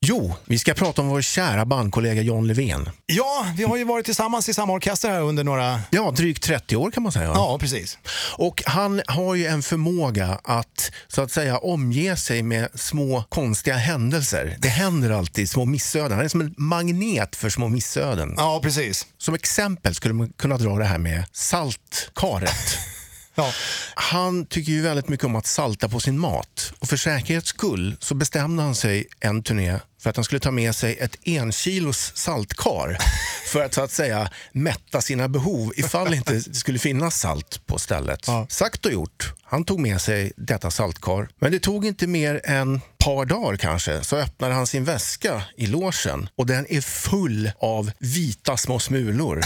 Jo, vi ska prata om vår kära bandkollega John Levén. Ja, vi har ju varit tillsammans i samma orkester här under några... Ja, drygt 30 år kan man säga. va? Ja, precis. Och han har ju en förmåga att så att säga omge sig med små konstiga händelser. Det händer alltid små missöden. Han är som en magnet för små missöden. Ja, precis. Som exempel skulle man kunna dra det här med saltkaret. Ja. Han tycker ju väldigt mycket om att salta på sin mat. Och för säkerhets skull så bestämde han sig en turné för att han skulle ta med sig ett enkilos saltkar för att så att säga mätta sina behov ifall det inte skulle finnas salt på stället. Sagt och gjort, han tog med sig detta saltkar. Men det tog inte mer än par dagar kanske så öppnade han sin väska i logen och den är full av vita små smulor.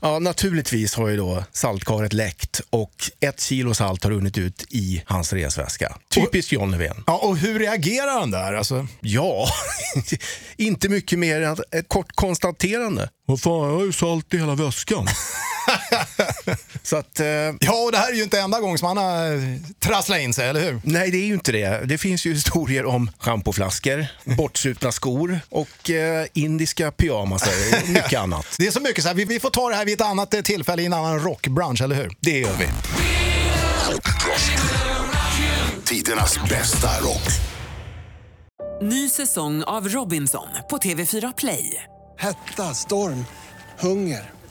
Ja, naturligtvis har ju då saltkaret läckt och ett kilo salt har runnit ut i hans resväska. Typiskt John Löfven. ja, och hur reagerar han där? Alltså, Ja, inte mycket mer än att- ett kort konstaterande. Vad fan, jag har ju salt i hela väskan. Så att, eh, ja, och det här är ju inte enda gången som han har eh, trasslat in sig, eller hur? nej det är ju inte det. Det finns ju historier om schampoflaskor, bortsupna skor och eh, indiska pyjamasar och mycket annat. Det är så mycket så här, vi, vi får ta det här vid ett annat eh, tillfälle i en annan rockbransch, eller hur? Det gör vi. Tidernas bästa rock. Ny säsong av Robinson på TV4 Play. Hetta, storm, hunger.